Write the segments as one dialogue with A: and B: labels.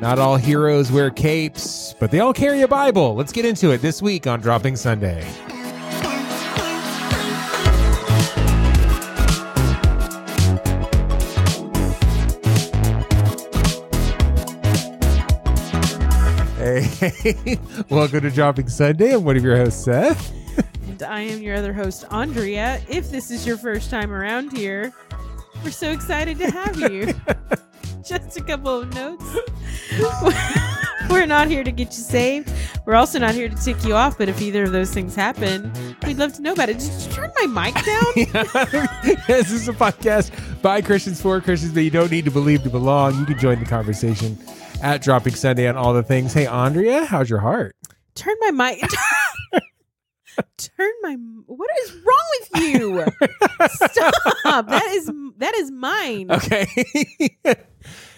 A: Not all heroes wear capes, but they all carry a Bible. Let's get into it this week on Dropping Sunday. Hey, welcome to Dropping Sunday. I'm one of your hosts, Seth.
B: And I am your other host, Andrea. If this is your first time around here, we're so excited to have you. Just a couple of notes. we're not here to get you saved. We're also not here to tick you off, but if either of those things happen, we'd love to know about it. Did you turn my mic down?
A: this is a podcast by Christians for Christians that you don't need to believe to belong. You can join the conversation at Dropping Sunday on all the things. Hey, Andrea, how's your heart?
B: turn my mic. turn my. What is wrong with you? Stop. That is that is mine.
A: Okay.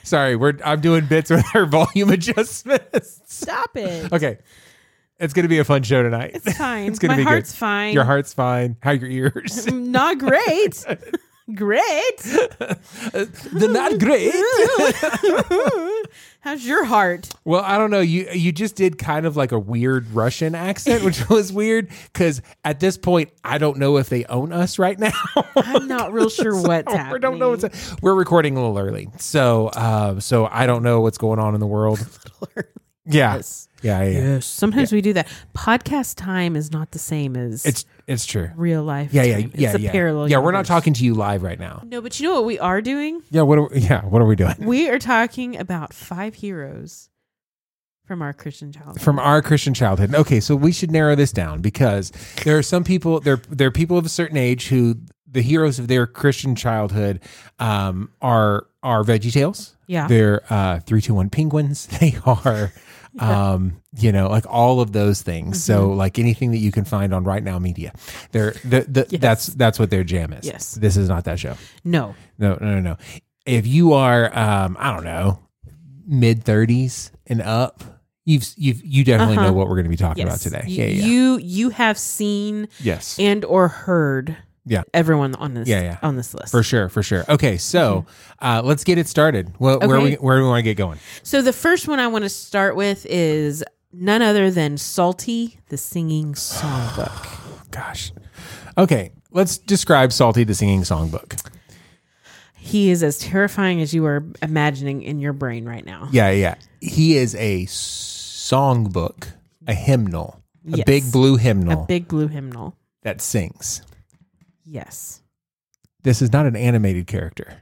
A: Sorry, we're I'm doing bits with our volume adjustments.
B: Stop it.
A: Okay. It's gonna be a fun show tonight.
B: It's fine.
A: It's gonna
B: my
A: be good.
B: heart's fine.
A: Your heart's fine. How are your ears?
B: Mm, not great. great.
A: They're not great.
B: How's your heart?
A: Well, I don't know. You you just did kind of like a weird Russian accent, which was weird because at this point I don't know if they own us right now.
B: I'm not real sure what's happening.
A: we don't know what's. We're recording a little early, so uh, so I don't know what's going on in the world. Yeah,
B: Yes.
A: yeah, yeah. yeah.
B: Yes. Sometimes we do that. Podcast time is not the same as
A: It's it's true.
B: real life.
A: Yeah, yeah,
B: time.
A: yeah,
B: It's a
A: yeah.
B: parallel.
A: Yeah, we're not
B: universe.
A: talking to you live right now.
B: No, but you know what we are doing?
A: Yeah, what? Are we, yeah, what are we doing?
B: We are talking about five heroes from our Christian childhood.
A: from our Christian childhood. Okay, so we should narrow this down because there are some people there there are people of a certain age who the heroes of their Christian childhood um, are are Veggie Tales.
B: Yeah.
A: They're uh, three two one penguins. They are. Um, you know, like all of those things. So,
B: Mm-hmm.
A: like anything that you can find on Right Now Media, they're the, the,
B: Yes.
A: that's that's what their jam is.
B: Yes.
A: this is not that show.
B: no.
A: No, no, no, no. If you are, um, I don't know, mid thirties and up, you've you've you definitely know what we're going to be talking
B: Uh-huh. Yes.
A: about today.
B: You,
A: Yeah, yeah,
B: you you have seen
A: yes,
B: and or heard
A: Yeah.
B: everyone on this
A: Yeah, yeah.
B: on this list.
A: for sure, for sure. Okay, so uh, let's get it started. Well, where
B: Mm-hmm. Okay.
A: we where do we want to get going?
B: So the first one I want to start with is none other than Salty, the singing songbook.
A: Gosh, okay, let's describe Salty the Singing Songbook.
B: He is as terrifying as you are imagining in your brain right now.
A: Yeah, yeah. He is a songbook, a hymnal, a
B: Yes.
A: big blue
B: A
A: hymnal
B: big blue hymnal.
A: that sings.
B: Yes.
A: This is not an animated character.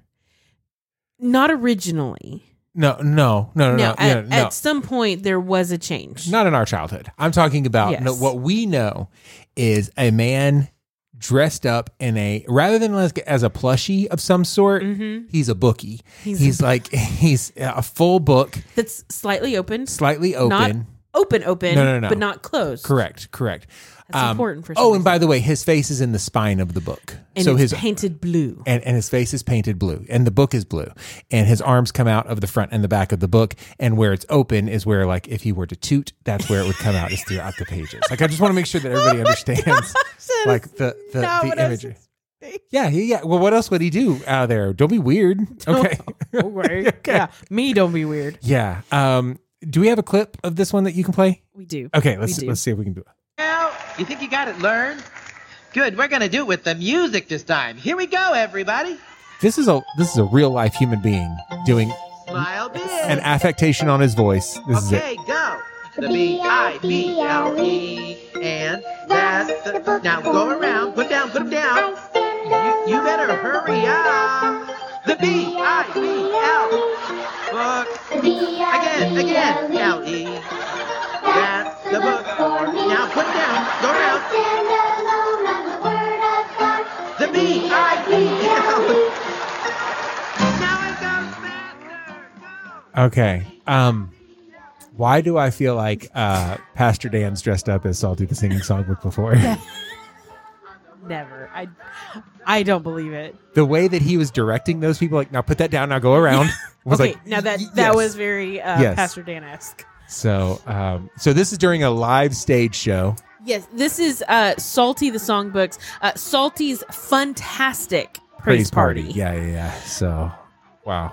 B: Not originally.
A: No, no, no, no, no.
B: No,
A: yeah,
B: at,
A: no.
B: at some point there was a change.
A: Not in our childhood. I'm talking about
B: Yes.
A: no, what we know is a man dressed up in a rather than like as a plushie of some sort. He's a bookie. He's,
B: Mm-hmm. He's a
A: like he's a full book,
B: That's slightly open.
A: slightly open.
B: Not open open,
A: No, no, no.
B: but not closed.
A: correct, correct.
B: That's important for some
A: Oh, and by the way, his face is in the spine of the book.
B: And
A: so
B: it's
A: his
B: painted blue.
A: and, and his face is painted blue and the book is blue and his arms come out of the front and the back of the book and where it's open is where like if he were to toot that's where it would come out is throughout the pages like i just want to make sure that everybody understands
B: that
A: like
B: is
A: the the,
B: not
A: the
B: what I was
A: imagery yeah yeah yeah well what else would he do out there don't be weird okay
B: okay. Yeah. Me don't be weird.
A: yeah um do we have a clip of this one that you can play
B: We do.
A: okay let's
B: do.
A: let's see if we can do it
C: Well, you think you got it learned? Good, we're gonna do it with the music this time. Here we go, everybody.
A: this is a this is a real life human being doing
C: Smile big.
A: an affectation on his voice this is it
C: okay, go. The B I B L E and that's the. Now go around, put down, put 'em down. You, you better hurry up. The B I B L book. Again, again, L E. That's the book. Now put it down, go around. The B I B L. Now it goes faster. Go.
A: Okay. Um, why do I feel like uh, Pastor Dan's dressed up as Salty the Singing Songbook before?
B: Never. I I don't believe it.
A: the way that he was directing those people, like, now put that down, now go around, was
B: okay,
A: like,
B: now that
A: "Yes."
B: that was very uh,
A: Yes.
B: Pastor Dan esque.
A: so. Um, so this is during a live stage show.
B: Yes, this is uh, Salty the Songbooks. Uh, Salty's fantastic praise, party.
A: Yeah, yeah, yeah. So, wow.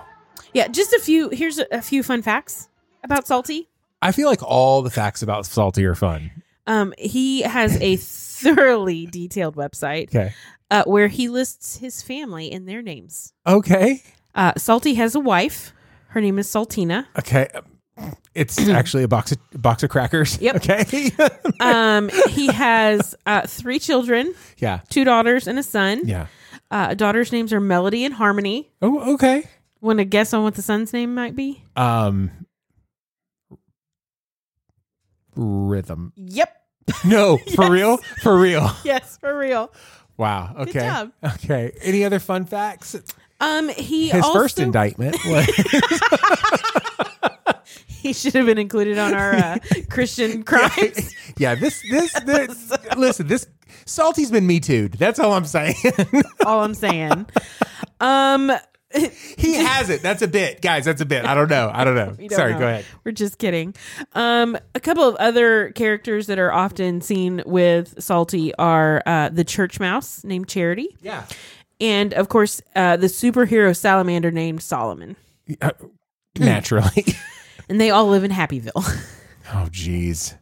B: Yeah, just a few. Here's a, a few fun facts. about Salty.
A: I feel like all the facts about Salty are fun.
B: Um, he has a thoroughly detailed website
A: Okay.
B: uh, where he lists his family and their names.
A: Okay.
B: Uh, Salty has a wife. Her name is Saltina.
A: Okay. It's actually a box of box of crackers.
B: Yep.
A: Okay.
B: Um, he has uh, three children,
A: yeah.
B: two daughters and a son.
A: Yeah.
B: Uh, daughters' names are Melody and Harmony.
A: Oh, okay.
B: Want to guess on what the son's name might be?
A: Um rhythm.
B: Yep.
A: No, for
B: Yes.
A: real? For real.
B: Yes, for real.
A: Wow. Okay.
B: job.
A: Okay. Any other fun facts?
B: Um, he
A: His
B: also,
A: first indictment was
B: He should have been included on our uh, Christian crimes.
A: Yeah, this this, this listen, this Salty's been me too'd. That's all I'm saying.
B: all I'm saying. Um,
A: he has it. That's a bit. Guys, that's a bit. I don't know. I don't know.
B: We don't
A: Sorry,
B: know.
A: go ahead.
B: We're just kidding. Um, a couple of other characters that are often seen with Salty are uh, the church mouse named Charity,
A: Yeah.
B: and of course uh, the superhero salamander named Solomon.
A: Uh, Naturally.
B: And they all live in Happyville.
A: Oh, geez.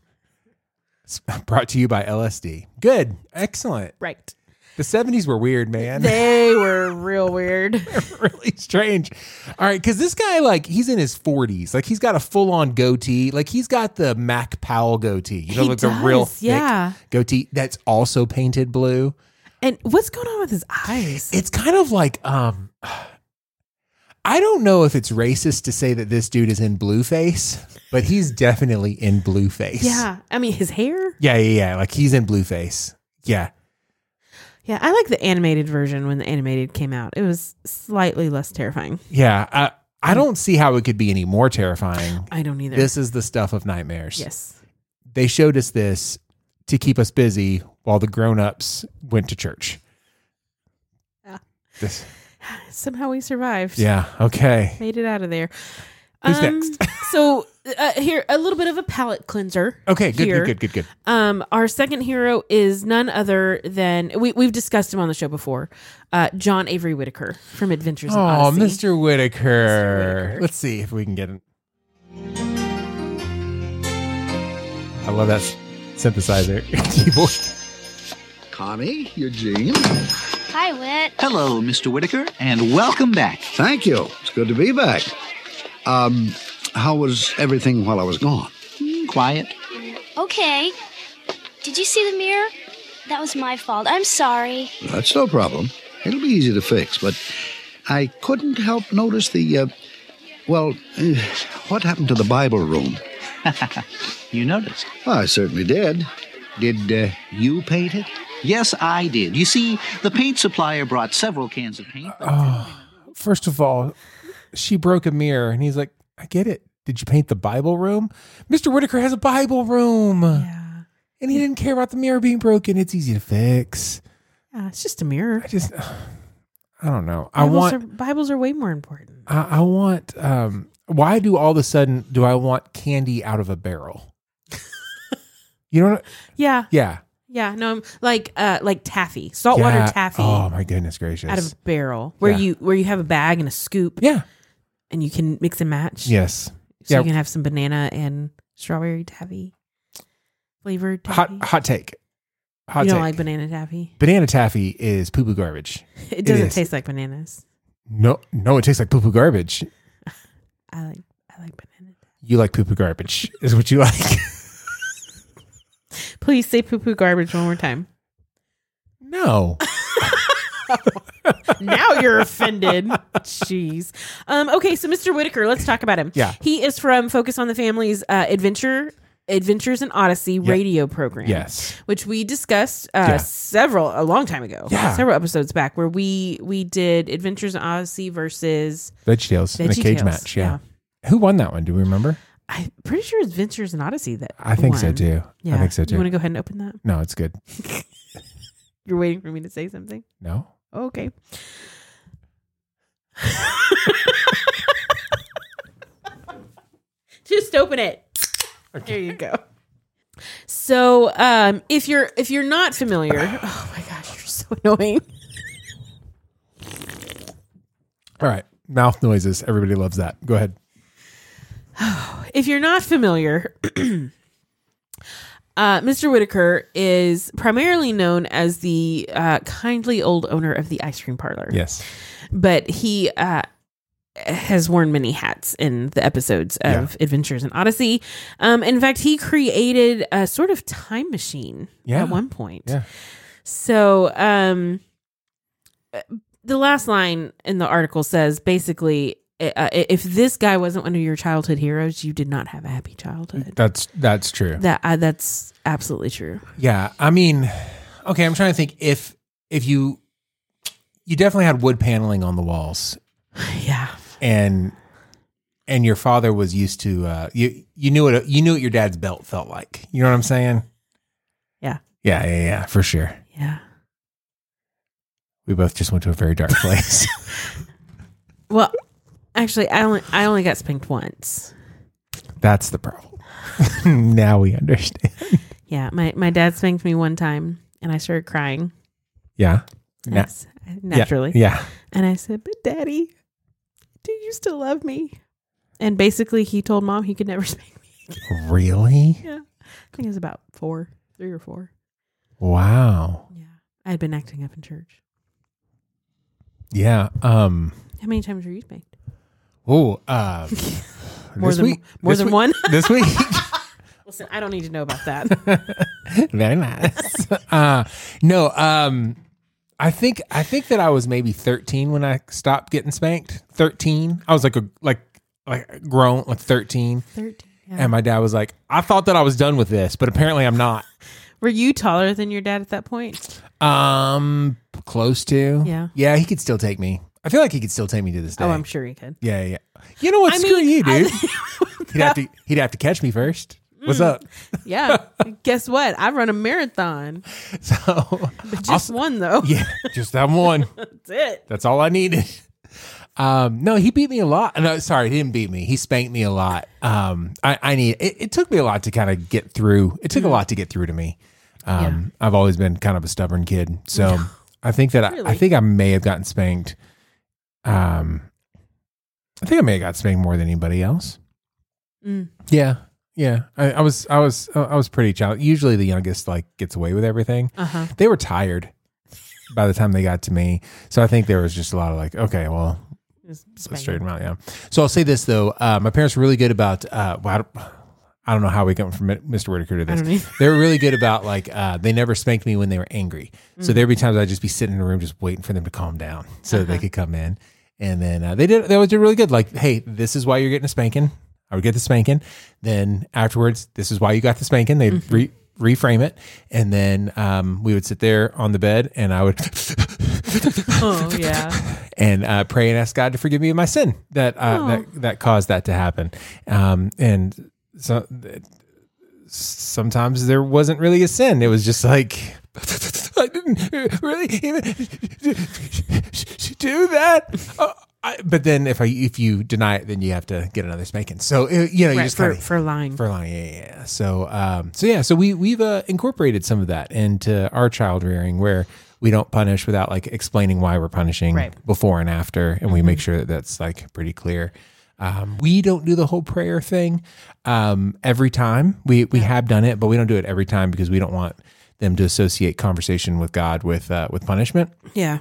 A: It's brought to you by LSD. Good. Excellent.
B: right.
A: The 70s were weird, man.
B: They were real weird.
A: really strange. All right. Cause this guy, like, he's in his 40s. Like, he's got a full on goatee. Like, he's got the Mac Powell goatee. You know,
B: He
A: like the real
B: does,
A: thick
B: yeah.
A: goatee that's also painted blue.
B: And what's going on with his eyes?
A: It's kind of like, um, I don't know if it's racist to say that this dude is in blueface, but he's definitely in blueface.
B: yeah. I mean, his hair?
A: Yeah, yeah, yeah. Like he's in Blueface. Yeah.
B: Yeah. I like the animated version when the animated came out. It was slightly less terrifying.
A: Yeah. I, I don't see how it could be any more terrifying.
B: I don't either.
A: This is the stuff of nightmares.
B: yes.
A: They showed us this to keep us busy while the grown ups went to church.
B: Yeah.
A: This-
B: Somehow we survived.
A: yeah. Okay.
B: Made it out of there. Um,
A: Who's next?
B: so uh, here, a little bit of a palate cleanser.
A: Okay. Good,
B: Here.
A: good, good, good, good.
B: Um, our second hero is none other than we we've discussed him on the show before, uh, John Avery Whitaker from Adventures in
A: Oh,
B: Odyssey.
A: Mr. Whitaker.
B: Whitaker.
A: Let's see if we can get it. I love that synthesizer keyboard.
D: Connie, Eugene.
E: Hi, Whit.
F: Hello, Mr. Whitaker, and welcome back.
D: Thank you. It's good to be back. Um, how was everything while I was gone?
F: Quiet.
E: Okay. Did you see the mirror? That was my fault. I'm sorry.
D: That's no problem. It'll be easy to fix, but I couldn't help notice the, uh, well, eh, what happened to the Bible room?
F: You noticed.
D: I certainly did. Did uh, you paint it?
F: Yes, I did. You see, the paint supplier brought several cans of paint.
A: Oh, first of all, she broke a mirror, and he's like, I get it. Did you paint the Bible room? Mr. Whitaker has a Bible room,
B: Yeah.
A: and he didn't care about the mirror being broken. It's easy to fix.
B: Yeah, it's just a mirror.
A: I just, I don't know. I
B: Bibles
A: want,
B: are, Bibles are way more important.
A: I, I want. Um, why do all of a sudden do I want candy out of a barrel? you know, what,
B: Yeah,
A: yeah,
B: yeah. No, I'm like uh, like taffy, saltwater
A: Yeah.
B: taffy
A: Oh my goodness gracious!
B: out of a barrel, where
A: Yeah.
B: you where you have a bag and a scoop,
A: yeah,
B: and you can mix and match.
A: yes,
B: so
A: yeah.
B: you can have some banana and strawberry taffy flavored.
A: hot
B: Taffy.
A: hot take. Hot
B: you
A: take.
B: don't like banana taffy?
A: Banana taffy is poo poo garbage.
B: It doesn't
A: is.
B: taste like bananas.
A: No, no, it tastes like poo poo garbage.
B: I like I like banana.
A: You like poo poo garbage, is what you like.
B: Please say poo poo garbage one more time.
A: no.
B: now you're offended. Jeez. Um, okay, so Mr. Whitaker, let's talk about him.
A: Yeah.
B: He is from Focus on the Family's uh, Adventure Adventures in Odyssey radio program.
A: Yes.
B: Which we discussed uh,
A: Yeah.
B: several a long time ago.
A: Yeah.
B: Several episodes back where we we did Adventures in Odyssey versus
A: VeggieTales in a cage
B: VeggieTales,
A: match. Yeah. Who won that one? Do we remember?
B: I'm pretty sure it's Adventures in Odyssey that
A: I think so
B: won.
A: too.
B: Yeah.
A: I think so too.
B: You want to go ahead and open that?
A: no, it's good.
B: You're waiting for me to say something.
A: No.
B: Okay. Just open it. There you go. So, um, if you're if you're not familiar, oh my gosh, you're so annoying.
A: All right. Mouth noises. Everybody loves that. Go ahead.
B: if you're not familiar, uh, Mr. Whitaker is primarily known as the uh, kindly old owner of the ice cream parlor.
A: Yes.
B: But he uh, has worn many hats in the episodes of Adventures in Odyssey. Um, in fact, he created a sort of time machine
A: Yeah.
B: at one point.
A: Yeah.
B: So, um, the last line in the article says basically, i- uh, if this guy wasn't one of your childhood heroes, you did not have a happy childhood.
A: That's that's true.
B: That uh, that's absolutely true.
A: Yeah, I mean, okay, I'm trying to think if if you you definitely had wood paneling on the walls
B: Yeah,
A: and and your father was used to uh you you knew what you knew what your dad's belt felt like. You know what I'm saying?
B: Yeah.
A: Yeah, yeah, yeah, for sure.
B: yeah.
A: We both just went to a very dark place.
B: Well, actually, I only I only got spanked once.
A: That's the problem. now we understand.
B: Yeah, my my dad spanked me one time, and I started crying.
A: Yeah. Na-
B: Yes, naturally.
A: Yeah.
B: And I said, "But Daddy, do you still love me?" And basically, he told mom he could never spank me.
A: yeah. Really?
B: Yeah, I think it was about four, three or four.
A: Wow.
B: Yeah, I had been acting up in church.
A: Yeah. Um
B: How many times were you spanked?
A: oh um
B: More
A: this
B: than
A: week-
B: more
A: this
B: than
A: week-
B: one.
A: This week
B: Listen, I don't need to know about that.
A: Very nice. uh, no, um, I think I think that I was maybe 13 when I stopped getting spanked. 13. I was like a like like grown like 13,
B: Thirteen. Yeah.
A: and my dad was like, "I thought that I was done with this, but apparently I'm not."
B: Were you taller than your dad at that point?
A: Um, close to.
B: Yeah.
A: Yeah, he could still take me. I feel like he could still take me to this day.
B: Oh, I'm sure he could.
A: Yeah, yeah. You know what?
B: I
A: Screw
B: mean,
A: you,
B: I-
A: dude. he'd have to he'd have to catch me first.
B: Mm.
A: What's up?
B: Yeah. Guess what? I run a marathon.
A: So
B: Just one though.
A: yeah, just that one.
B: That's it.
A: That's all I needed. Um, no, he beat me a lot. No, sorry, he didn't beat me. He spanked me a lot. Um, I, I need it, it took me a lot to kind of get through. It took
B: Mm-hmm.
A: a lot to get through to me. Um, I've always been kind of a stubborn kid, so I think that I, I
B: Really?
A: think I may have gotten spanked. Um, I think I may have got spanked more than anybody else.
B: Mm.
A: Yeah, yeah. I, I was, I was, I was pretty child. Usually, the youngest like gets away with everything
B: Uh huh.
A: they were tired by the time they got to me. So I think there was just a lot of like, okay, well, let's straighten them out. Yeah. So I'll say this though, uh, my parents were really good about. Uh, well, I, don't, I don't know how we come from Mr. Whitaker to
B: I
A: this.
B: don't either.
A: They were really good about like uh, they never spanked me when they were angry. So there'd be times I'd just be sitting in a room just waiting for them to calm down so that they could come in. And then uh, they did they always did really good. Like, hey, this is why you're getting a spanking. I would get the spanking. Then afterwards, this is why you got the spanking. They'd re- reframe it, and then um, we would sit there on the bed, and I would
B: Oh yeah.
A: and uh, pray and ask God to forgive me of my sin that uh,
B: Oh.
A: that that caused that to happen. Um, and so th- sometimes there wasn't really a sin; it was just like I didn't really even do that. Uh, I, but then if I if you deny it, then you have to get another spanking. So uh, you know you
B: Right,
A: just
B: for
A: kind
B: for lying.
A: for lying, yeah, yeah, yeah. So, um, so yeah, so we we've uh, incorporated some of that into our child rearing, where we don't punish without like explaining why we're punishing
B: Right.
A: before and after, and we make sure that that's like pretty clear. Um, we don't do the whole prayer thing um, every time. We we have done it, but we don't do it every time because we don't want them to associate conversation with God with uh, with punishment.
B: yeah.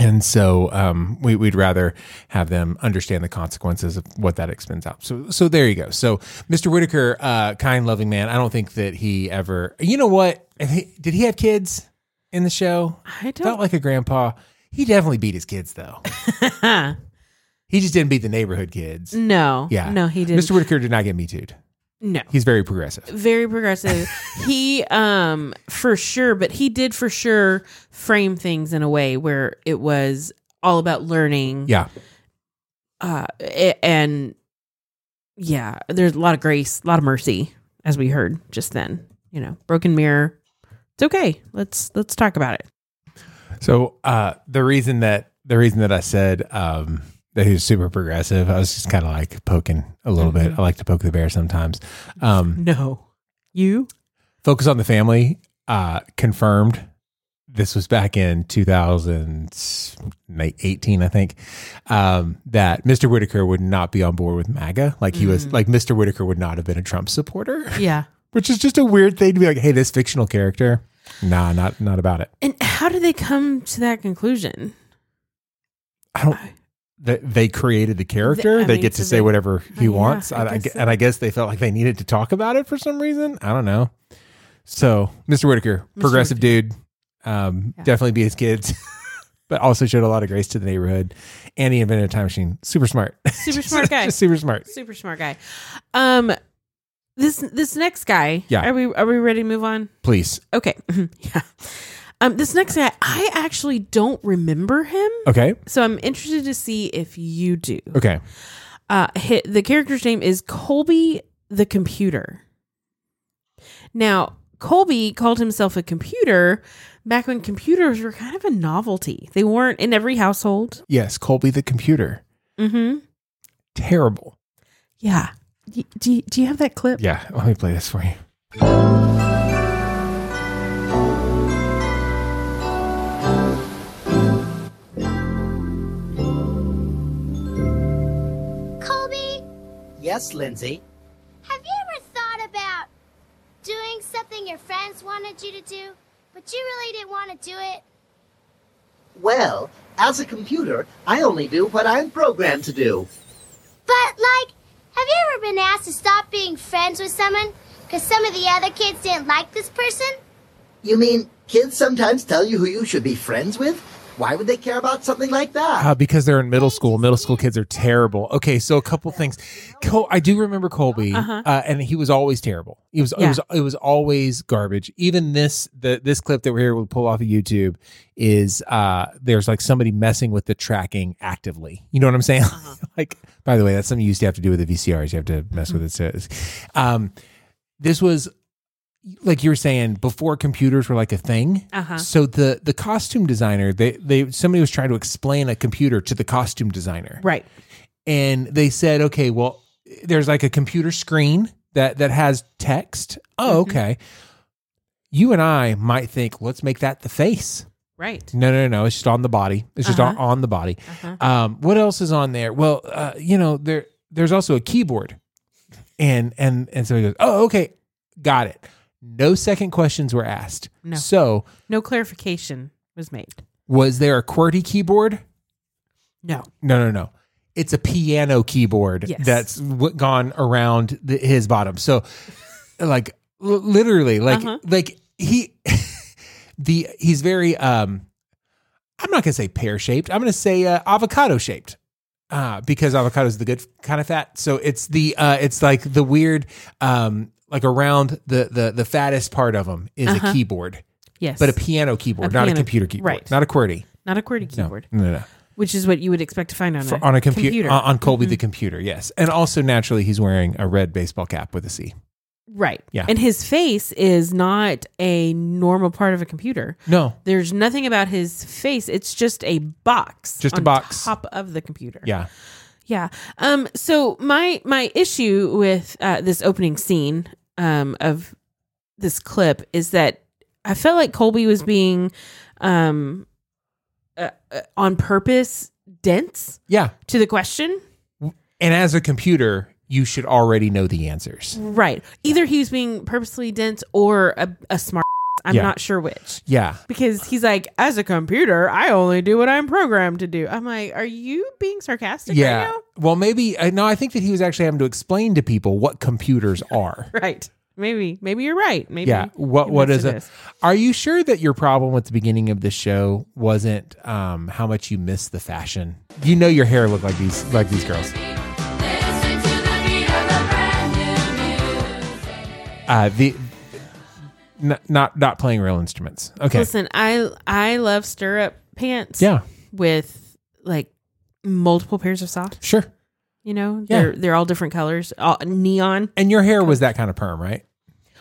A: And so um, we, we'd rather have them understand the consequences of what that expends out. So, so there you go. So, Mr. Whitaker, uh, kind, loving man. I don't think that he ever. You know what? If he- Did he have kids in the show?
B: I
A: Felt
B: don't.
A: like a grandpa. He definitely beat his kids though. he just didn't beat the neighborhood kids.
B: no.
A: Yeah.
B: No, he Mm, didn't.
A: Mr. Whitaker did not get me too.
B: No.
A: He's very progressive.
B: very progressive. he um for sure, but he did for sure frame things in a way where it was all about learning.
A: Yeah.
B: Uh a- and yeah, there's a lot of grace, a lot of mercy as we heard just then. You know, broken mirror. It's okay. Let's let's talk about it.
A: So uh, the reason that the reason that I said um, that he was super progressive, I was just kind of like poking a little
B: Mm-hmm.
A: bit. I like to poke the bear sometimes. Um,
B: No. You?
A: Focus on the family uh, confirmed this was back in 2018, I think, um, that Mr. Whitaker would not be on board with MAGA. Like he was, like Mr. Whitaker would not have been a Trump supporter,
B: Yeah.
A: which is just a weird thing to be like, hey, this fictional character, nah, not not about it.
B: And how did they come to that conclusion?
A: I don't. They, they created the character.
B: I
A: they
B: mean,
A: get to
B: so
A: say
B: they-
A: whatever he
B: yeah,
A: wants,
B: I
A: and I,
B: guess
A: and I guess they felt like they needed to talk about it for some reason. I don't know. So, Mr. Whitaker,
B: Mr.
A: progressive dude, um,
B: Yeah.
A: definitely beat his kids, but also showed a lot of grace to the neighborhood. And he invented a time machine. Super smart.
B: Super smart guy.
A: Just super smart.
B: Super smart guy. Um, this this next guy.
A: Yeah.
B: Are we are we ready to move on?
A: Please.
B: Okay. yeah. Um, this next guy, I actually don't remember him,
A: Okay.
B: so I'm interested to see if you do.
A: Okay.
B: Uh, hi the character's name is Colby the Computer. Now, Colby called himself a computer back when computers were kind of a novelty. They weren't in every household.
A: Yes. Colby the computer.
B: Mm-hmm.
A: Terrible.
B: Yeah. Y- do, you, do you have that clip?
A: Yeah. Let me play this for you.
G: Colby,
H: Yes, Lindsay.
G: have you ever thought about doing something your friends wanted you to do, but you really didn't want to do it?
H: Well, as a computer, I only do what I'm programmed to do.
G: But, like, have you ever been asked to stop being friends with someone because some of the other kids didn't like this person?
H: You mean kids sometimes tell you who you should be friends with? Why would they care about something like that?
A: Uh, because they're in middle school. Middle school kids are terrible. Okay, so a couple things. Col- I do remember Colby,
B: Uh-huh.
A: uh and he was always terrible. He was,
B: Yeah.
A: it was, it was always garbage. Even this, the this clip that we're here will pull off of YouTube is uh there's like somebody messing with the tracking actively. You know what I'm saying?
B: Uh-huh.
A: like, by the way, that's something you used to have to do with the VCRs. You have to mess with it. So,
B: Mm-hmm.
A: it's- um, this was like you were saying before computers were like a thing.
B: Uh-huh.
A: So the the costume designer, they they somebody was trying to explain a computer to the costume designer,
B: Right.
A: and they said, okay, well, there's like a computer screen that that has text. Oh,
B: Mm-hmm.
A: okay. You and I might think, let's make that the face.
B: Right.
A: No, no, no. It's just on the body. It's just
B: Uh-huh.
A: on, on the body. Um, what else is on there? Well, uh, you know, there there's also a keyboard, and and and somebody goes, oh, okay, got it. No second questions were asked.
B: No.
A: So
B: No clarification was made.
A: was there a QWERTY keyboard?
B: No.
A: No, no, no. It's a piano keyboard
B: Yes.
A: that's w- gone around the, his bottom. So, like l- literally, like
B: Uh-huh.
A: like he the he's very um. I'm not gonna say pear shaped. I'm gonna say uh, avocado shaped. Uh, because avocado is the good kind of fat, so it's the uh, it's like the weird, um, like around the the the fattest part of them is a keyboard,
B: Uh-huh. Yes.
A: but a piano keyboard, not a
B: piano-
A: computer keyboard,
B: right.
A: Not a QWERTY.
B: Not a QWERTY
A: No,
B: keyboard,
A: no, no, no
B: which is what you would expect to find on
A: for,
B: a
A: on a compu- uh,
B: computer. Mm-hmm.
A: on, on Colby the computer. Yes, and also naturally he's wearing a red baseball cap with a C.
B: right.
A: Yeah.
B: And his face is not a normal part of a computer.
A: No,
B: There's nothing about his face. It's just a box.
A: Just a
B: on
A: box.
B: Top of the computer.
A: yeah,
B: Yeah. Um. So my my issue with uh, this opening scene um of this clip is that I felt like Colby was being um uh, uh, on purpose dense
A: yeah.
B: to the question.
A: And as a computer, you should already know the answers.
B: Right. Either he was being purposely dense or a, a smart. I'm
A: Yeah.
B: not sure which.
A: Yeah,
B: Because he's like, as a computer, I only do what I'm programmed to do. I'm like, are you being sarcastic
A: yeah.
B: right
A: Well, maybe I no. I think that he was actually having to explain to people what computers are.
B: now? Right. Maybe. Maybe you're right. Maybe.
A: Yeah. What
B: he
A: What
B: must
A: is
B: have
A: it?
B: missed.
A: Are you sure that your problem with the beginning of the show wasn't um, how much you miss the fashion? You know your hair looked like these like these girls. Uh, the n- not not playing real instruments. Okay.
B: Listen, I I love stirrup pants.
A: Yeah.
B: With like multiple pairs of socks.
A: Sure.
B: You know,
A: Yeah.
B: they're they're all different colors, all neon.
A: And your hair was that kind of perm, right?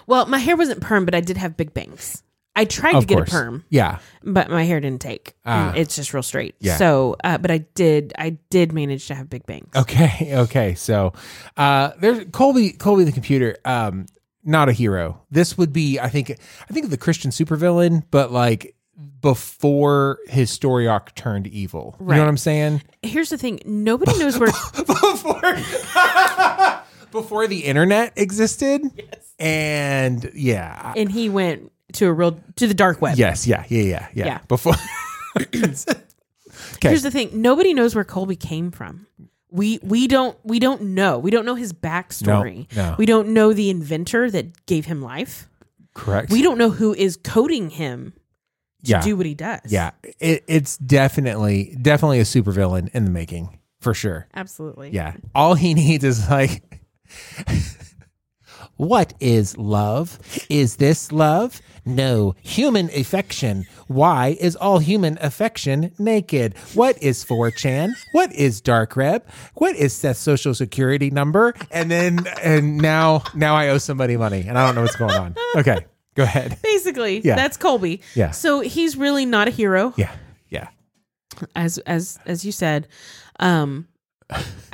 B: Well, my hair wasn't perm, but I did have big bangs. I tried
A: of
B: to get
A: course.
B: a perm.
A: Yeah.
B: but my hair didn't take.
A: Ah.
B: it's just real straight.
A: Yeah.
B: So, uh, but I did, I did manage to have big bangs.
A: Okay. Okay. So, uh, there's Colby. Colby the computer. Um, not a hero. This would be, I think, I think of the Christian supervillain, but like before his story arc turned evil. You know
B: Right.
A: what I'm saying?
B: Here's the thing nobody knows where.
A: before before the internet existed. Yes. And yeah. I-
B: and he went to a real, to the dark web.
A: Yes, yeah, yeah, yeah, yeah.
B: Yeah.
A: Before Okay.
B: Here's the thing nobody knows where Colby came from. We we don't we don't know. We don't know his backstory.
A: no.
B: We don't know the inventor that gave him life.
A: correct.
B: We don't know who is coding him to
A: yeah.
B: do what he does.
A: yeah. It, it's definitely definitely a supervillain in the making, for sure.
B: Absolutely.
A: Yeah. All he needs is like What is love? Is this love? No. Human affection. Why is all human affection naked? What is 4chan? What is dark reb? What is Seth's social security number? And then and now now I owe somebody money and I don't know what's going on. Okay. Go ahead.
B: Basically,
A: Yeah.
B: that's Colby.
A: Yeah.
B: So he's really not a hero,
A: Yeah. Yeah.
B: as as as you said. Um,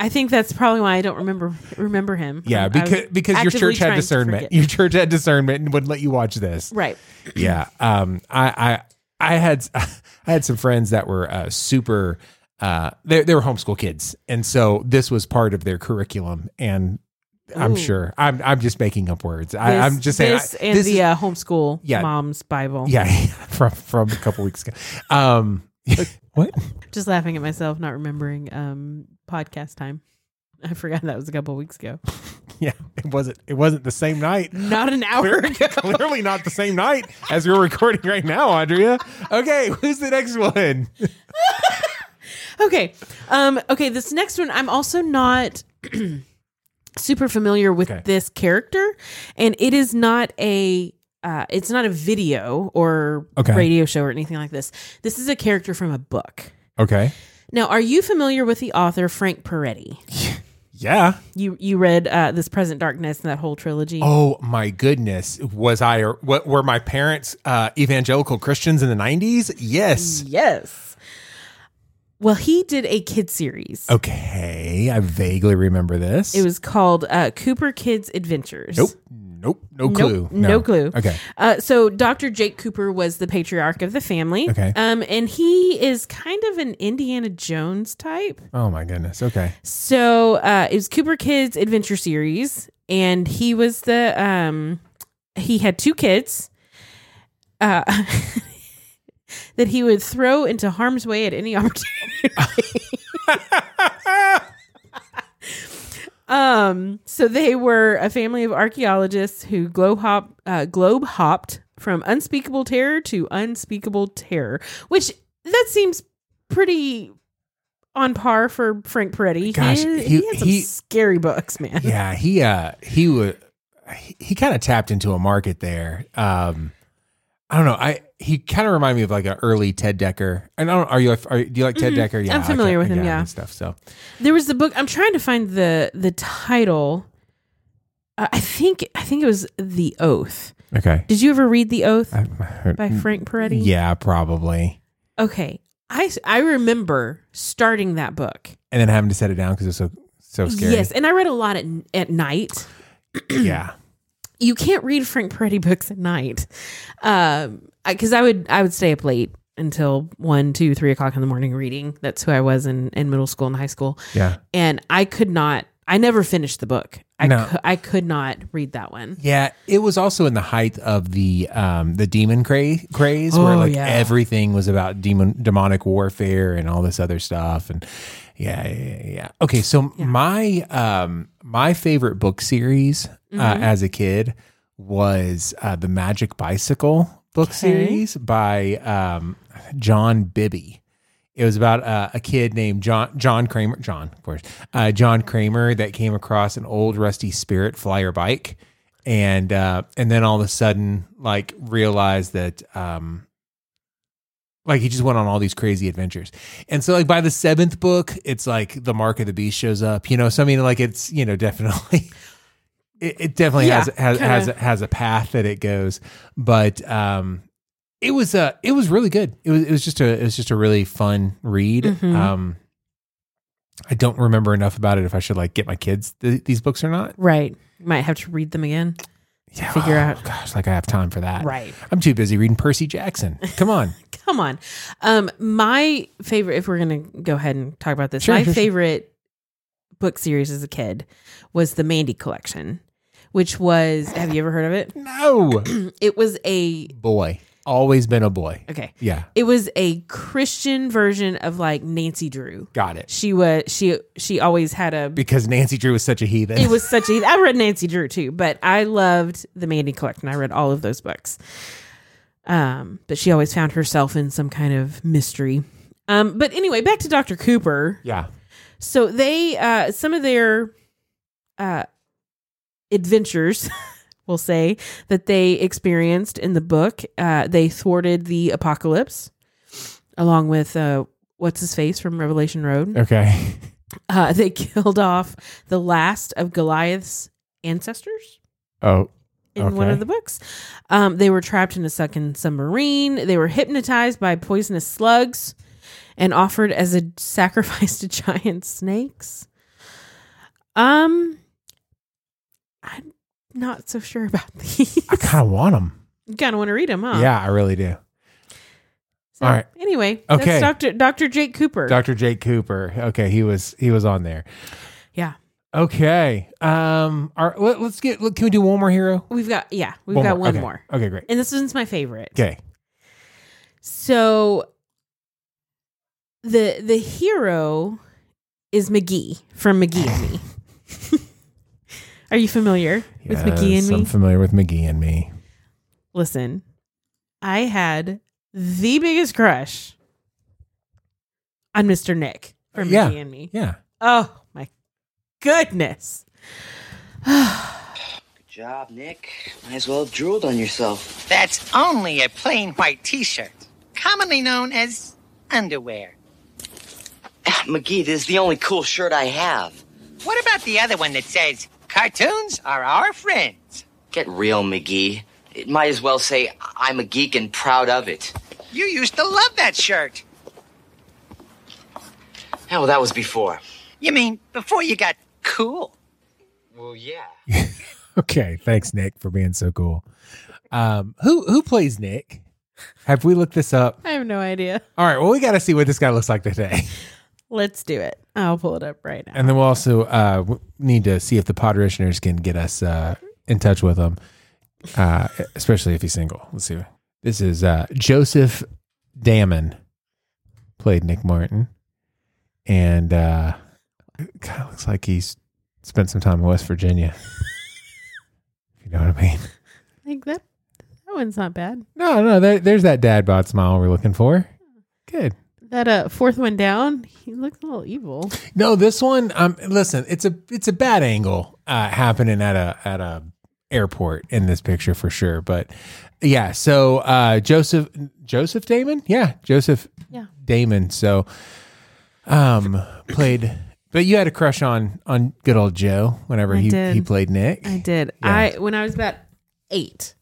B: I think that's probably why I don't remember remember him.
A: Yeah,
B: Um, I was
A: because because your
B: actively
A: church
B: trying
A: had
B: to
A: discernment.
B: forget.
A: Your church had discernment and wouldn't let you watch this.
B: right.
A: yeah um i i i had i had some friends that were uh super uh they, they were homeschool kids and so this was part of their curriculum and i'm
B: Ooh.
A: sure i'm i'm just making up words I, i'm
B: This-
A: just saying I-
B: this and
A: this
B: the
A: is-
B: uh, homeschool
A: Yeah.
B: mom's Bible.
A: yeah from from a couple weeks ago um what
B: Just laughing at myself not remembering um podcast time. I forgot that was a couple weeks ago.
A: yeah it wasn't it wasn't the same night
B: Not an hour ago.
A: clearly not the same night as we're recording right now andrea okay who's the next one
B: Okay. Um, okay, this next one I'm also not super familiar with
A: Okay.
B: this character and it is not a uh, it's not a video or
A: Okay.
B: radio show or anything like this. This is a character from a book.
A: okay
B: Now, are you familiar with the author Frank Peretti?
A: yeah
B: You you read uh, this Present Darkness and that whole trilogy?
A: Oh my goodness! Was I or what, were my parents uh, evangelical Christians in the nineties? Yes.
B: Yes. Well, he did a kid series.
A: Oh. Okay, I vaguely remember this.
B: Mm. It was called uh, Cooper Kids Adventures.
A: nope, nope, no
B: Nope,
A: clue,
B: no clue.
A: Okay,
B: Uh, so Dr. Jake Cooper was the patriarch of the family.
A: Okay.
B: Um, and he is kind of an Indiana Jones type.
A: oh my goodness. Okay,
B: So uh, it was Cooper Kids Adventure Series, and he was the um, he had two kids. Uh, that he would throw into harm's way at any opportunity. um, so they were a family of archaeologists who globe hop uh, globe hopped from unspeakable terror to unspeakable terror, which that seems pretty on par for Frank Peretti.
A: Gosh,
B: he,
A: he-
B: he had some
A: he-
B: scary books, man.
A: yeah, he uh, he would he, he kind of tapped into a market there. Um, I don't know. I he kind of reminded me of like an early Ted Decker. And I don't. Are you? a- Are, do you like Ted
B: Mhm.
A: Decker?
B: I'm
A: okay,
B: familiar with him, yeah.
A: and stuff. So
B: There was the book. I'm trying to find the the title. Uh, I think I think it was The Oath.
A: okay.
B: Did you ever read The Oath
A: I-
B: by Frank Peretti?
A: Yeah, probably.
B: Okay. I I remember starting that book.
A: and then having to set it down because it's so so scary.
B: Yes, and I read a lot at at night.
A: yeah,
B: You can't read Frank Peretti books at night, um, because I would I would stay up late until one, two, three o'clock in the morning reading. That's who I was in in middle school and high school,
A: yeah,
B: and I could not. I never finished the book. I
A: No.
B: cou- I could not read that one.
A: yeah. It was also in the height of the um the demon cra- craze, where
B: Oh,
A: like
B: yeah.
A: everything was about demon demonic warfare and all this other stuff, and yeah, yeah, yeah, yeah. Okay, so my um my favorite book series uh,
B: Mm-hmm.
A: as a kid was uh, the Magic Bicycle book series by um John Bibby. It was about uh, a kid named John John Kramer. John, of course, uh, John Kramer that came across an old rusty Spirit flyer bike, and uh, and then all of a sudden, like realized that. Um, like he just went on all these crazy adventures. And so like by the seventh book, it's like the mark of the beast shows up, you know? So I mean like it's, you know, definitely, it, it definitely
B: Yeah,
A: has, has,
B: kinda.
A: has, has a path that it goes. But, um, it was uh it was really good. It was it was just a it was just a really fun read.
B: Mhm.
A: Um I don't remember enough about it if I should like get my kids th- these books or not.
B: Right, you might have to read them again.
A: Yeah,
B: Figure out-
A: Gosh, like I have time for that.
B: Right.
A: I'm too busy reading Percy Jackson. Come on.
B: Come on. Um, my favorite, if we're gonna go ahead and talk about this,
A: Sure,
B: my
A: sure, sure.
B: favorite book series as a kid was the Mandy collection, which was have you ever heard of it?
A: No.
B: It was a
A: boy. Always been a boy.
B: okay.
A: Yeah.
B: It was a Christian version of like Nancy Drew.
A: Got it.
B: She was she she always had a
A: Because Nancy Drew was such a heathen.
B: it was such a I read Nancy Drew too, but I loved the Mandy collection. I read all of those books. Um, but she always found herself in some kind of mystery. Um, but anyway, back to Dr. Cooper.
A: yeah.
B: So they uh some of their uh adventures we'll say that they experienced in the book, uh they thwarted the apocalypse along with uh what's his face from Revelation Road.
A: Okay.
B: Uh, they killed off the last of Goliath's ancestors
A: Oh.
B: in one
A: Okay.
B: of the books. Um, they were trapped in a sunken submarine. They were hypnotized by poisonous slugs and offered as a sacrifice to giant snakes. Um, I'm not so sure about these.
A: I kind of want them.
B: you kind of want to read them, huh?
A: Yeah, I really do.
B: So,
A: all right.
B: Anyway,
A: Okay.
B: that's Doctor Doctor Jake Cooper.
A: Dr. Jake Cooper. Okay, he was he was on there.
B: yeah,
A: Okay. Um all right, let, us get let, can we do one more hero?
B: we've got yeah, we've
A: One
B: got
A: more.
B: one
A: Okay.
B: more,
A: Okay, great.
B: and this one's my favorite.
A: Okay.
B: So the the hero is McGee from McGee and Me. Are you familiar with McGee and
A: Yes, I'm
B: Me?
A: familiar with McGee and me.
B: Listen, I had the biggest crush on Mr. Nick from
A: Yeah.
B: McGee and Me.
A: Yeah.
B: Oh my goodness.
I: Job, Nick. Might as well have drooled on yourself.
C: That's only a plain white t shirt, commonly known as underwear.
I: Ah, McGee, this is the only cool shirt I have.
C: What about the other one that says, Cartoons are our friends?
I: Get real, McGee. It might as well say I'm a geek and proud of it.
C: You used to love that shirt.
I: Hell, that was before.
C: You mean before you got cool?
I: Well, yeah.
A: Okay, thanks Nick for being so cool. Um who who plays Nick? Have we looked this up?
B: I have no idea.
A: All right, well we got to see what this guy looks like today.
B: Let's do it. I'll pull it up right now.
A: And then we'll also uh, w- need to see if the podritioners can get us uh, in touch with him, uh, especially if he's single. Let's see. This is uh, Joseph Damon, played Nick Martin, and uh, kind of looks like he's spent some time in West Virginia. if you know what I mean.
B: Like that that one's not bad.
A: No, no, there, there's that dad bod smile we're looking for. Good.
B: That uh fourth one down, he looks a little evil.
A: No, this one. Um, listen, it's a it's a bad angle uh, happening at a at a airport in this picture for sure. But yeah, so uh, Joseph Joseph Damon, yeah, Joseph
B: Yeah.
A: Damon. So, um, played. But you had a crush on on good old Joe whenever
B: I
A: he
B: did.
A: he played Nick.
B: I did.
A: Yeah.
B: I when I was about eight,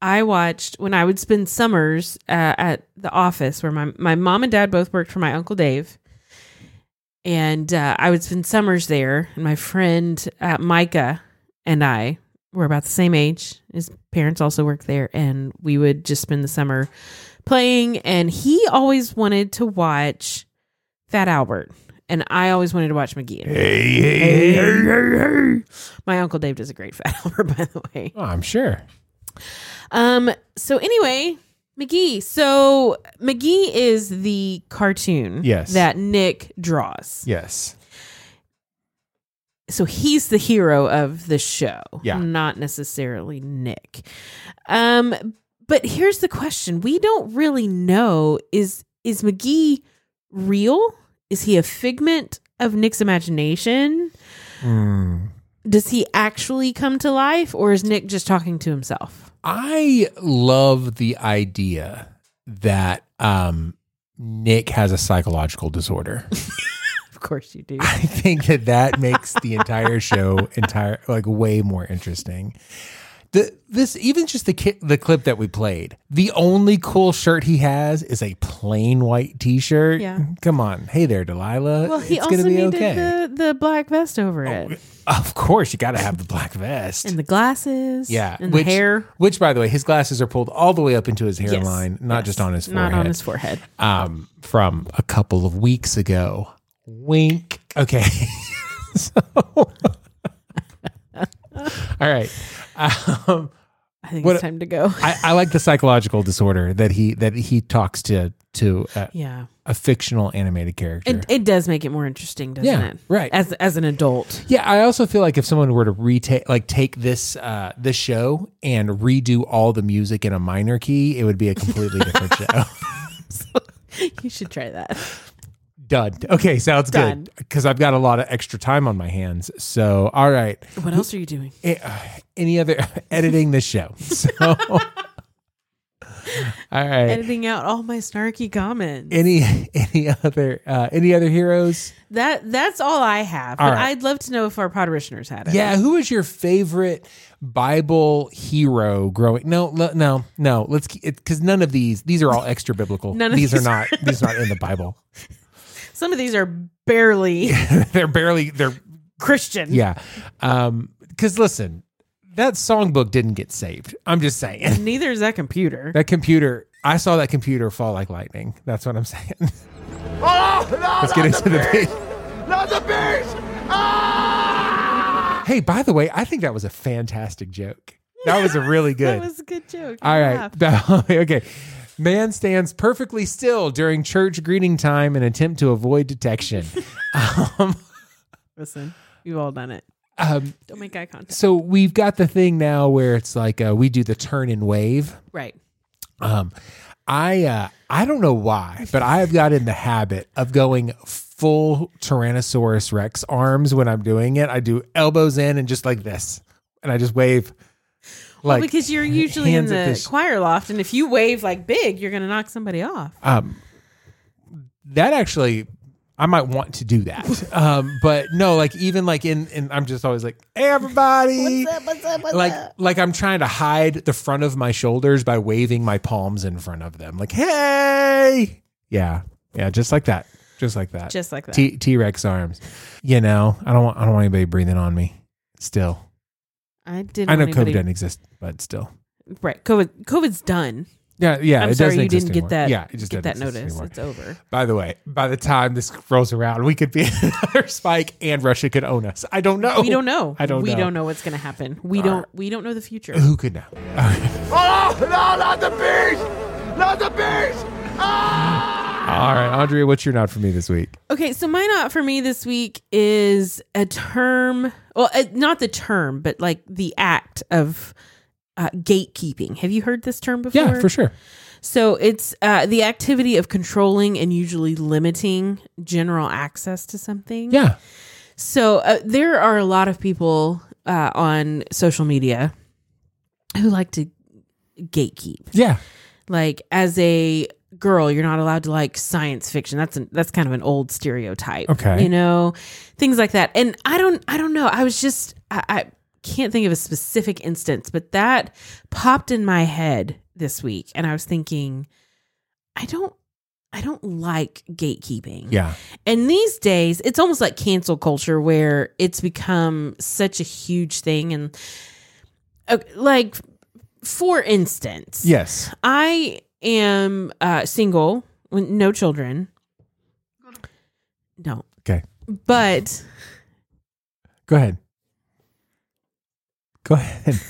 B: I watched when I would spend summers uh, at the office where my my mom and dad both worked for my uncle Dave, and uh, I would spend summers there. And my friend uh, Micah and I were about the same age. His parents also worked there, and we would just spend the summer playing. And he always wanted to watch Fat Albert, and I always wanted to watch McGee. My uncle Dave does a great fat over, by the way.
A: Oh, I'm sure.
B: Um. So anyway, McGee. So McGee is the cartoon.
A: Yes.
B: That Nick draws.
A: Yes.
B: So he's the hero of the show.
A: Yeah.
B: Not necessarily Nick. Um. But here's the question: We don't really know is is McGee real? Is he a figment of Nick's imagination?
A: Hmm.
B: Does he actually come to life, or is Nick just talking to himself?
A: I love the idea that um, Nick has a psychological disorder.
B: Of course you do.
A: I think that that makes the entire show entire like way more interesting. The this even just the ki- the clip that we played. The only cool shirt he has is a plain white T-shirt.
B: Yeah.
A: Come on, hey there, Delilah.
B: Well, he
A: it's
B: also
A: gonna be
B: needed
A: okay.
B: the, the black vest over it
A: Of course, you got to have the black vest.
B: and the glasses.
A: yeah,
B: and
A: which,
B: the hair.
A: Which, by the way, his glasses are pulled all the way up into his
B: Yes,
A: hairline, not
B: yes.
A: just on his
B: not
A: forehead.
B: on his forehead.
A: um, from a couple of weeks ago. Wink. Okay. so, all right. Um,
B: I think
A: What-
B: it's time to go.
A: I, I like the psychological disorder that he that he talks to to a,
B: yeah,
A: a fictional animated character.
B: it, it does make it more interesting, doesn't
A: Yeah,
B: it?
A: right.
B: As as an adult,
A: yeah, I also feel like if someone were to retake like take this uh this show and redo all the music in a minor key, it would be a completely different show.
B: you should try that.
A: Done. Okay, sounds
B: Done.
A: good. Cuz I've got a lot of extra time on my hands. So, all right.
B: What else are you doing?
A: Eh, uh, any other editing this show. So, all right.
B: Editing out all my snarky comments.
A: Any any other uh, any other heroes?
B: that that's all I have.
A: All
B: but
A: right.
B: I'd love to know if our parishioners had it.
A: Yeah, who is your favorite Bible hero growing? No, le- no, no. Let's because none of these these are all extra biblical.
B: None of
A: these,
B: these
A: are not these are not in the Bible.
B: Some of these are barely
A: they're barely they're
B: Christian.
A: yeah. Um, because listen, that songbook didn't get saved. I'm just saying
B: Neither is that computer.
A: that computer. I saw that computer fall like lightning. That's what I'm saying.
C: Oh, no,
A: Let's get into the beat.
C: not the bears!
A: Hey, by the way, I think that was a fantastic joke. That was a really good.
B: That was a good joke.
A: All
B: I
A: right.
B: laughed.
A: That- okay. Man stands perfectly still during church greeting time in attempt to avoid detection. um,
B: Listen, we've all done it.
A: um,
B: Don't make eye contact.
A: so we've got the thing now where it's like uh, we do the turn and wave.
B: Right.
A: Um, I uh, I don't know why, but I have got in the habit of going full Tyrannosaurus Rex arms when I'm doing it. I do elbows in and just like this, and I just wave.
B: well, because you're usually in
A: hands at
B: the
A: this-
B: choir loft, and if you wave like big, you're going to knock somebody off.
A: Um, that actually, I might want to do that. Um, but no, like even like in, in I'm just always like, hey everybody, what's up, what's up, what's like like I'm trying to hide the front of my shoulders by waving my palms in front of them, like hey, yeah, yeah, just like that, just like that,
B: Just like that.
A: T T Rex arms. You know, I don't want I don't want anybody breathing on me. Still,
B: I didn't.
A: I know
B: want anybody-
A: COVID doesn't exist, but still.
B: Right. COVID. COVID's done.
A: Yeah, yeah.
B: I'm
A: it
B: sorry
A: doesn't
B: you
A: exist
B: didn't
A: anymore.
B: get that.
A: Yeah, it just
B: get
A: doesn't
B: that
A: exist
B: notice.
A: anymore.
B: It's over.
A: By the way, by the time this rolls around, we could be in another spike and Russia could own us. I don't know.
B: We don't know.
A: Oh, I don't
B: We
A: know.
B: don't know what's going to happen. We don't. We don't know the future.
A: Who could know?
C: Oh, no, not the bears! Not the bears!
A: All right, Andrea, what's your nod for me this week?
B: Okay, so my not for me this week is a term. Well, uh, not the term, but like the act of uh, gatekeeping. Have you heard this term before?
A: Yeah, for sure.
B: So it's uh, the activity of controlling and usually limiting general access to something.
A: Yeah.
B: So uh, there are a lot of people uh, on social media who like to gatekeep.
A: Yeah.
B: Like as a girl, you're not allowed to like science fiction. That's an, that's kind of an old stereotype.
A: Okay.
B: you know things like that. And I don't I don't know. I was just I, I can't think of a specific instance, but that popped in my head this week, and I was thinking, I don't I don't like gatekeeping.
A: Yeah.
B: And these days, it's almost like cancel culture where it's become such a huge thing. And uh, like, for instance,
A: Yes.
B: I am uh, single, with no children. No.
A: Okay.
B: But
A: Go ahead. Go ahead.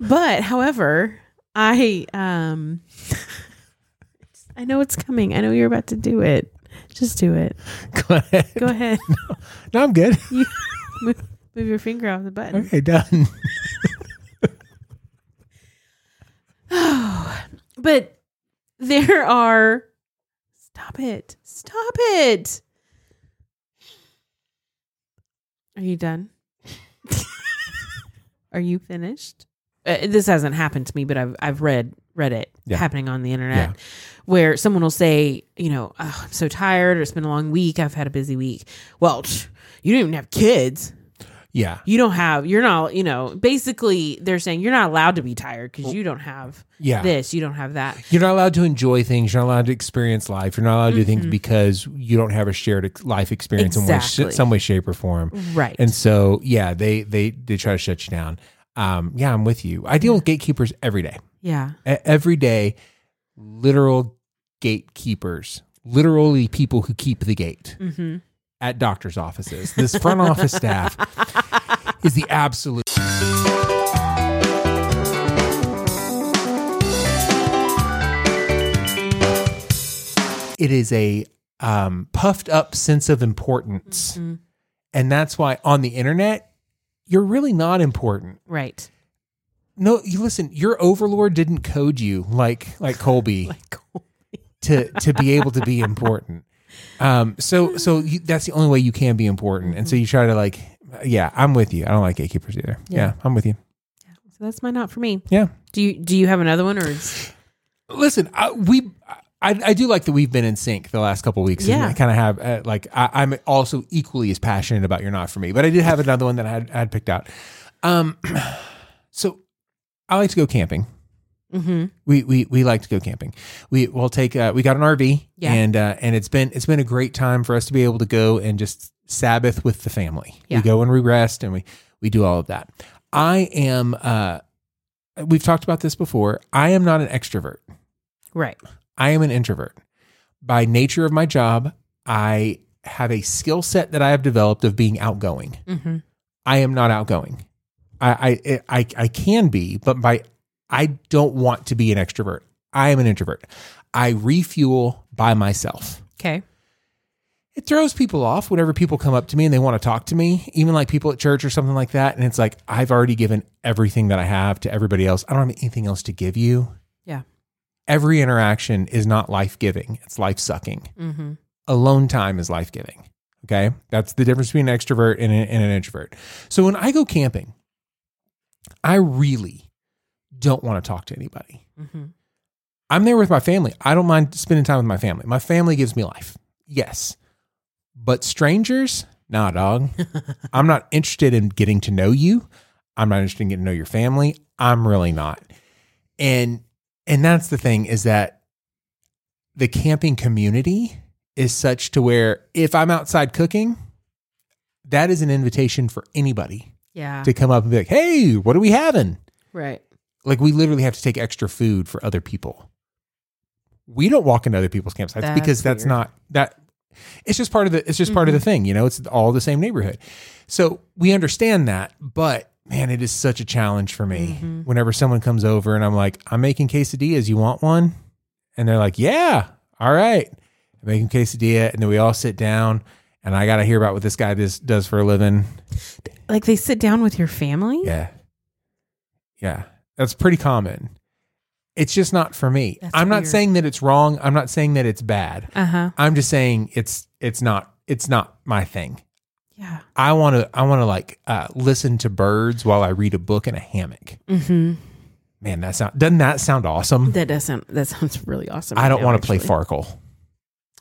B: But however, I um I know it's coming. I know you're about to do it. Just do it.
A: Go ahead.
B: Go ahead.
A: No, I'm good.
B: move, move your finger off the button.
A: Okay, done.
B: But there are Stop it. Stop it. Are you done? are you finished? Uh, this hasn't happened to me, but I've I've read read it
A: Yeah.
B: happening on the internet. where someone will say, you know, oh, I'm so tired, or it's been a long week, I've had a busy week. Well, psh, you didn't even have kids.
A: Yeah.
B: You don't have, you're not, you know, basically they're saying you're not allowed to be tired because you don't have
A: Yeah.
B: this, you don't have that.
A: You're not allowed to enjoy things. You're not allowed to experience life. You're not allowed to do
B: Mm-hmm.
A: things because you don't have a shared ex- life experience in
B: Exactly.
A: one, sh- some way, shape, or form.
B: Right.
A: And so, yeah, they they they try to shut you down. Um, yeah, I'm with you. I deal
B: Mm-hmm.
A: with gatekeepers every day.
B: yeah.
A: E- Every day, literal gatekeepers, literally people who keep the gate
B: Mm-hmm.
A: at doctors' offices. This front office staff is the absolute. It is a um, puffed up sense of importance.
B: Mhm.
A: And that's why on the internet, you're really not important.
B: Right.
A: No, you listen, your overlord didn't code you like like Colby
B: Like,
A: to to be able to be important. Um, so so you, that's the only way you can be important, and so you try to like, yeah, I'm with you. I don't like gatekeepers either. Yeah,
B: Yeah.
A: I'm with you.
B: so that's my not for me.
A: Yeah,
B: Do you do you have another one or is,
A: listen, I, we. I, I do like that we've been in sync the last couple weeks. and
B: Yeah.
A: I kind of have uh, like I, I'm also equally as passionate about you're not for me, but I did have another one that I had, I had picked out. Um, so I like to go camping.
B: mm-hmm.
A: we we we like to go camping. We will take uh, we got an RV
B: Yeah.
A: and uh, and it's been it's been a great time for us to be able to go and just Sabbath with the family.
B: Yeah.
A: We go and we rest and we we do all of that. I am uh we've talked about this before. I am not an extrovert.
B: right.
A: I am an introvert. By nature of my job, I have a skill set that I have developed of being outgoing.
B: Mm-hmm.
A: I am not outgoing. I I I, I can be, but by I don't want to be an extrovert. I am an introvert. I refuel by myself.
B: Okay.
A: It throws people off whenever people come up to me and they want to talk to me, even like people at church or something like that. And it's like, I've already given everything that I have to everybody else. I don't have anything else to give you.
B: Yeah.
A: Every interaction is not life giving, it's life sucking
B: Mm-hmm.
A: alone time is life giving. Okay. That's the difference between an extrovert and, an- and an introvert. So when I go camping, I really don't want to talk to anybody.
B: Mm-hmm.
A: I'm there with my family. I don't mind spending time with my family. My family gives me life. Yes. But strangers, nah, dog. I'm not interested in getting to know you. I'm not interested in getting to know your family. I'm really not. And and that's the thing is that the camping community is such to where if I'm outside cooking, that is an invitation for anybody
B: Yeah.
A: to come up and be like, "Hey, what are we having?"
B: right.
A: like we literally have to take extra food for other people. We don't walk into other people's campsites
B: That's
A: because that's
B: weird. Mm-hmm.
A: not that it's just part of the it's just part of the thing, you know, it's all the same neighborhood. So we understand that, but man, it is such a challenge for me
B: Mhm.
A: whenever someone comes over and I'm like, I'm making quesadillas, you want one? And they're like, Yeah, all right. I make them quesadilla, and then we all sit down and I gotta hear about what this guy does does for a living.
B: Like they sit down with your family?
A: Yeah. Yeah. That's pretty common. It's just not for me.
B: That's
A: I'm not
B: weird.
A: saying that it's wrong. I'm not saying that it's bad.
B: Uh-huh.
A: I'm just saying it's it's not it's not my thing.
B: Yeah.
A: I want to I want to like uh, listen to birds while I read a book in a hammock.
B: Mm-hmm.
A: Man, that sound doesn't that sound awesome?
B: That doesn't that sounds really awesome.
A: Hmm. I
B: right
A: don't
B: now,
A: want to play
B: actually.
A: Farkle.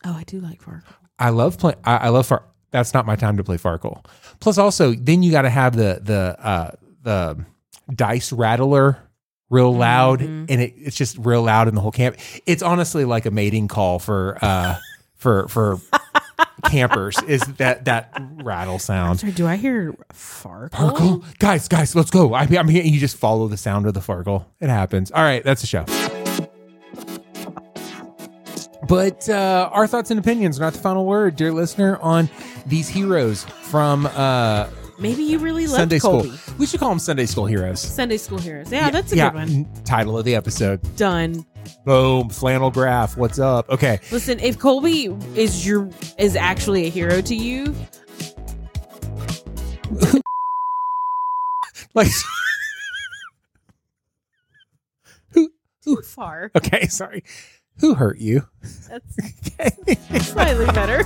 B: Oh, I do like Farkle.
A: I love play. I, I love Far. That's not my time to play Farkle. Plus, also, then you got to have the the uh, the dice rattler real loud, and it, it's just real loud in the whole camp. It's honestly like a mating call for uh, for for campers. Is that that rattle sound?
B: Sorry, do I hear Farkle?
A: Farkle, guys, guys, let's go. I, I'm here. You just follow the sound of the Farkle. It happens. All right, that's the show. But uh, our thoughts and opinions are not the final word, dear listener, on these heroes from uh,
B: Maybe you really loved
A: Sunday
B: Colby.
A: School. We should call them Sunday School heroes.
B: Sunday School Heroes. Yeah, that's a good one.
A: n- Title of the episode.
B: Done.
A: Boom. Flannel graph. What's up? Okay.
B: Listen, if Colby is your is actually a hero to you,
A: Like.
B: too far.
A: Okay. Sorry. Who hurt you?
B: That's slightly better.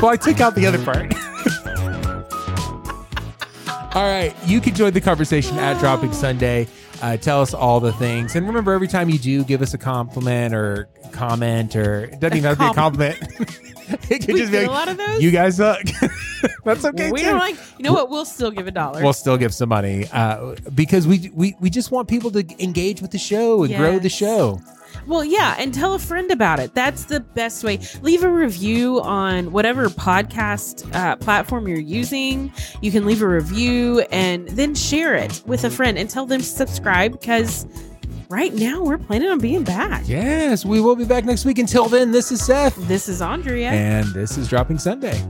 A: well, I took out the other part. all right. You can join the conversation at Dropping Sunday. Uh, tell us all the things. And remember, every time you do, give us a compliment or comment, or it doesn't even have to be a compliment. it could
B: We
A: just be
B: get
A: like,
B: a lot of those?
A: You guys suck. That's okay.
B: we
A: too.
B: don't like. You know what? We'll still give a dollar.
A: We'll still give some money uh, because we, we we just want people to engage with the show and grow the
B: Yes.
A: show.
B: Well, yeah, and tell a friend about it. That's the best way. Leave a review on whatever podcast uh, platform you're using. You can leave a review and then share it with a friend and tell them to subscribe because right now we're planning on being back.
A: Yes, we will be back next week. Until then, this is Seth,
B: This is Andrea.
A: and this is Dropping Sunday.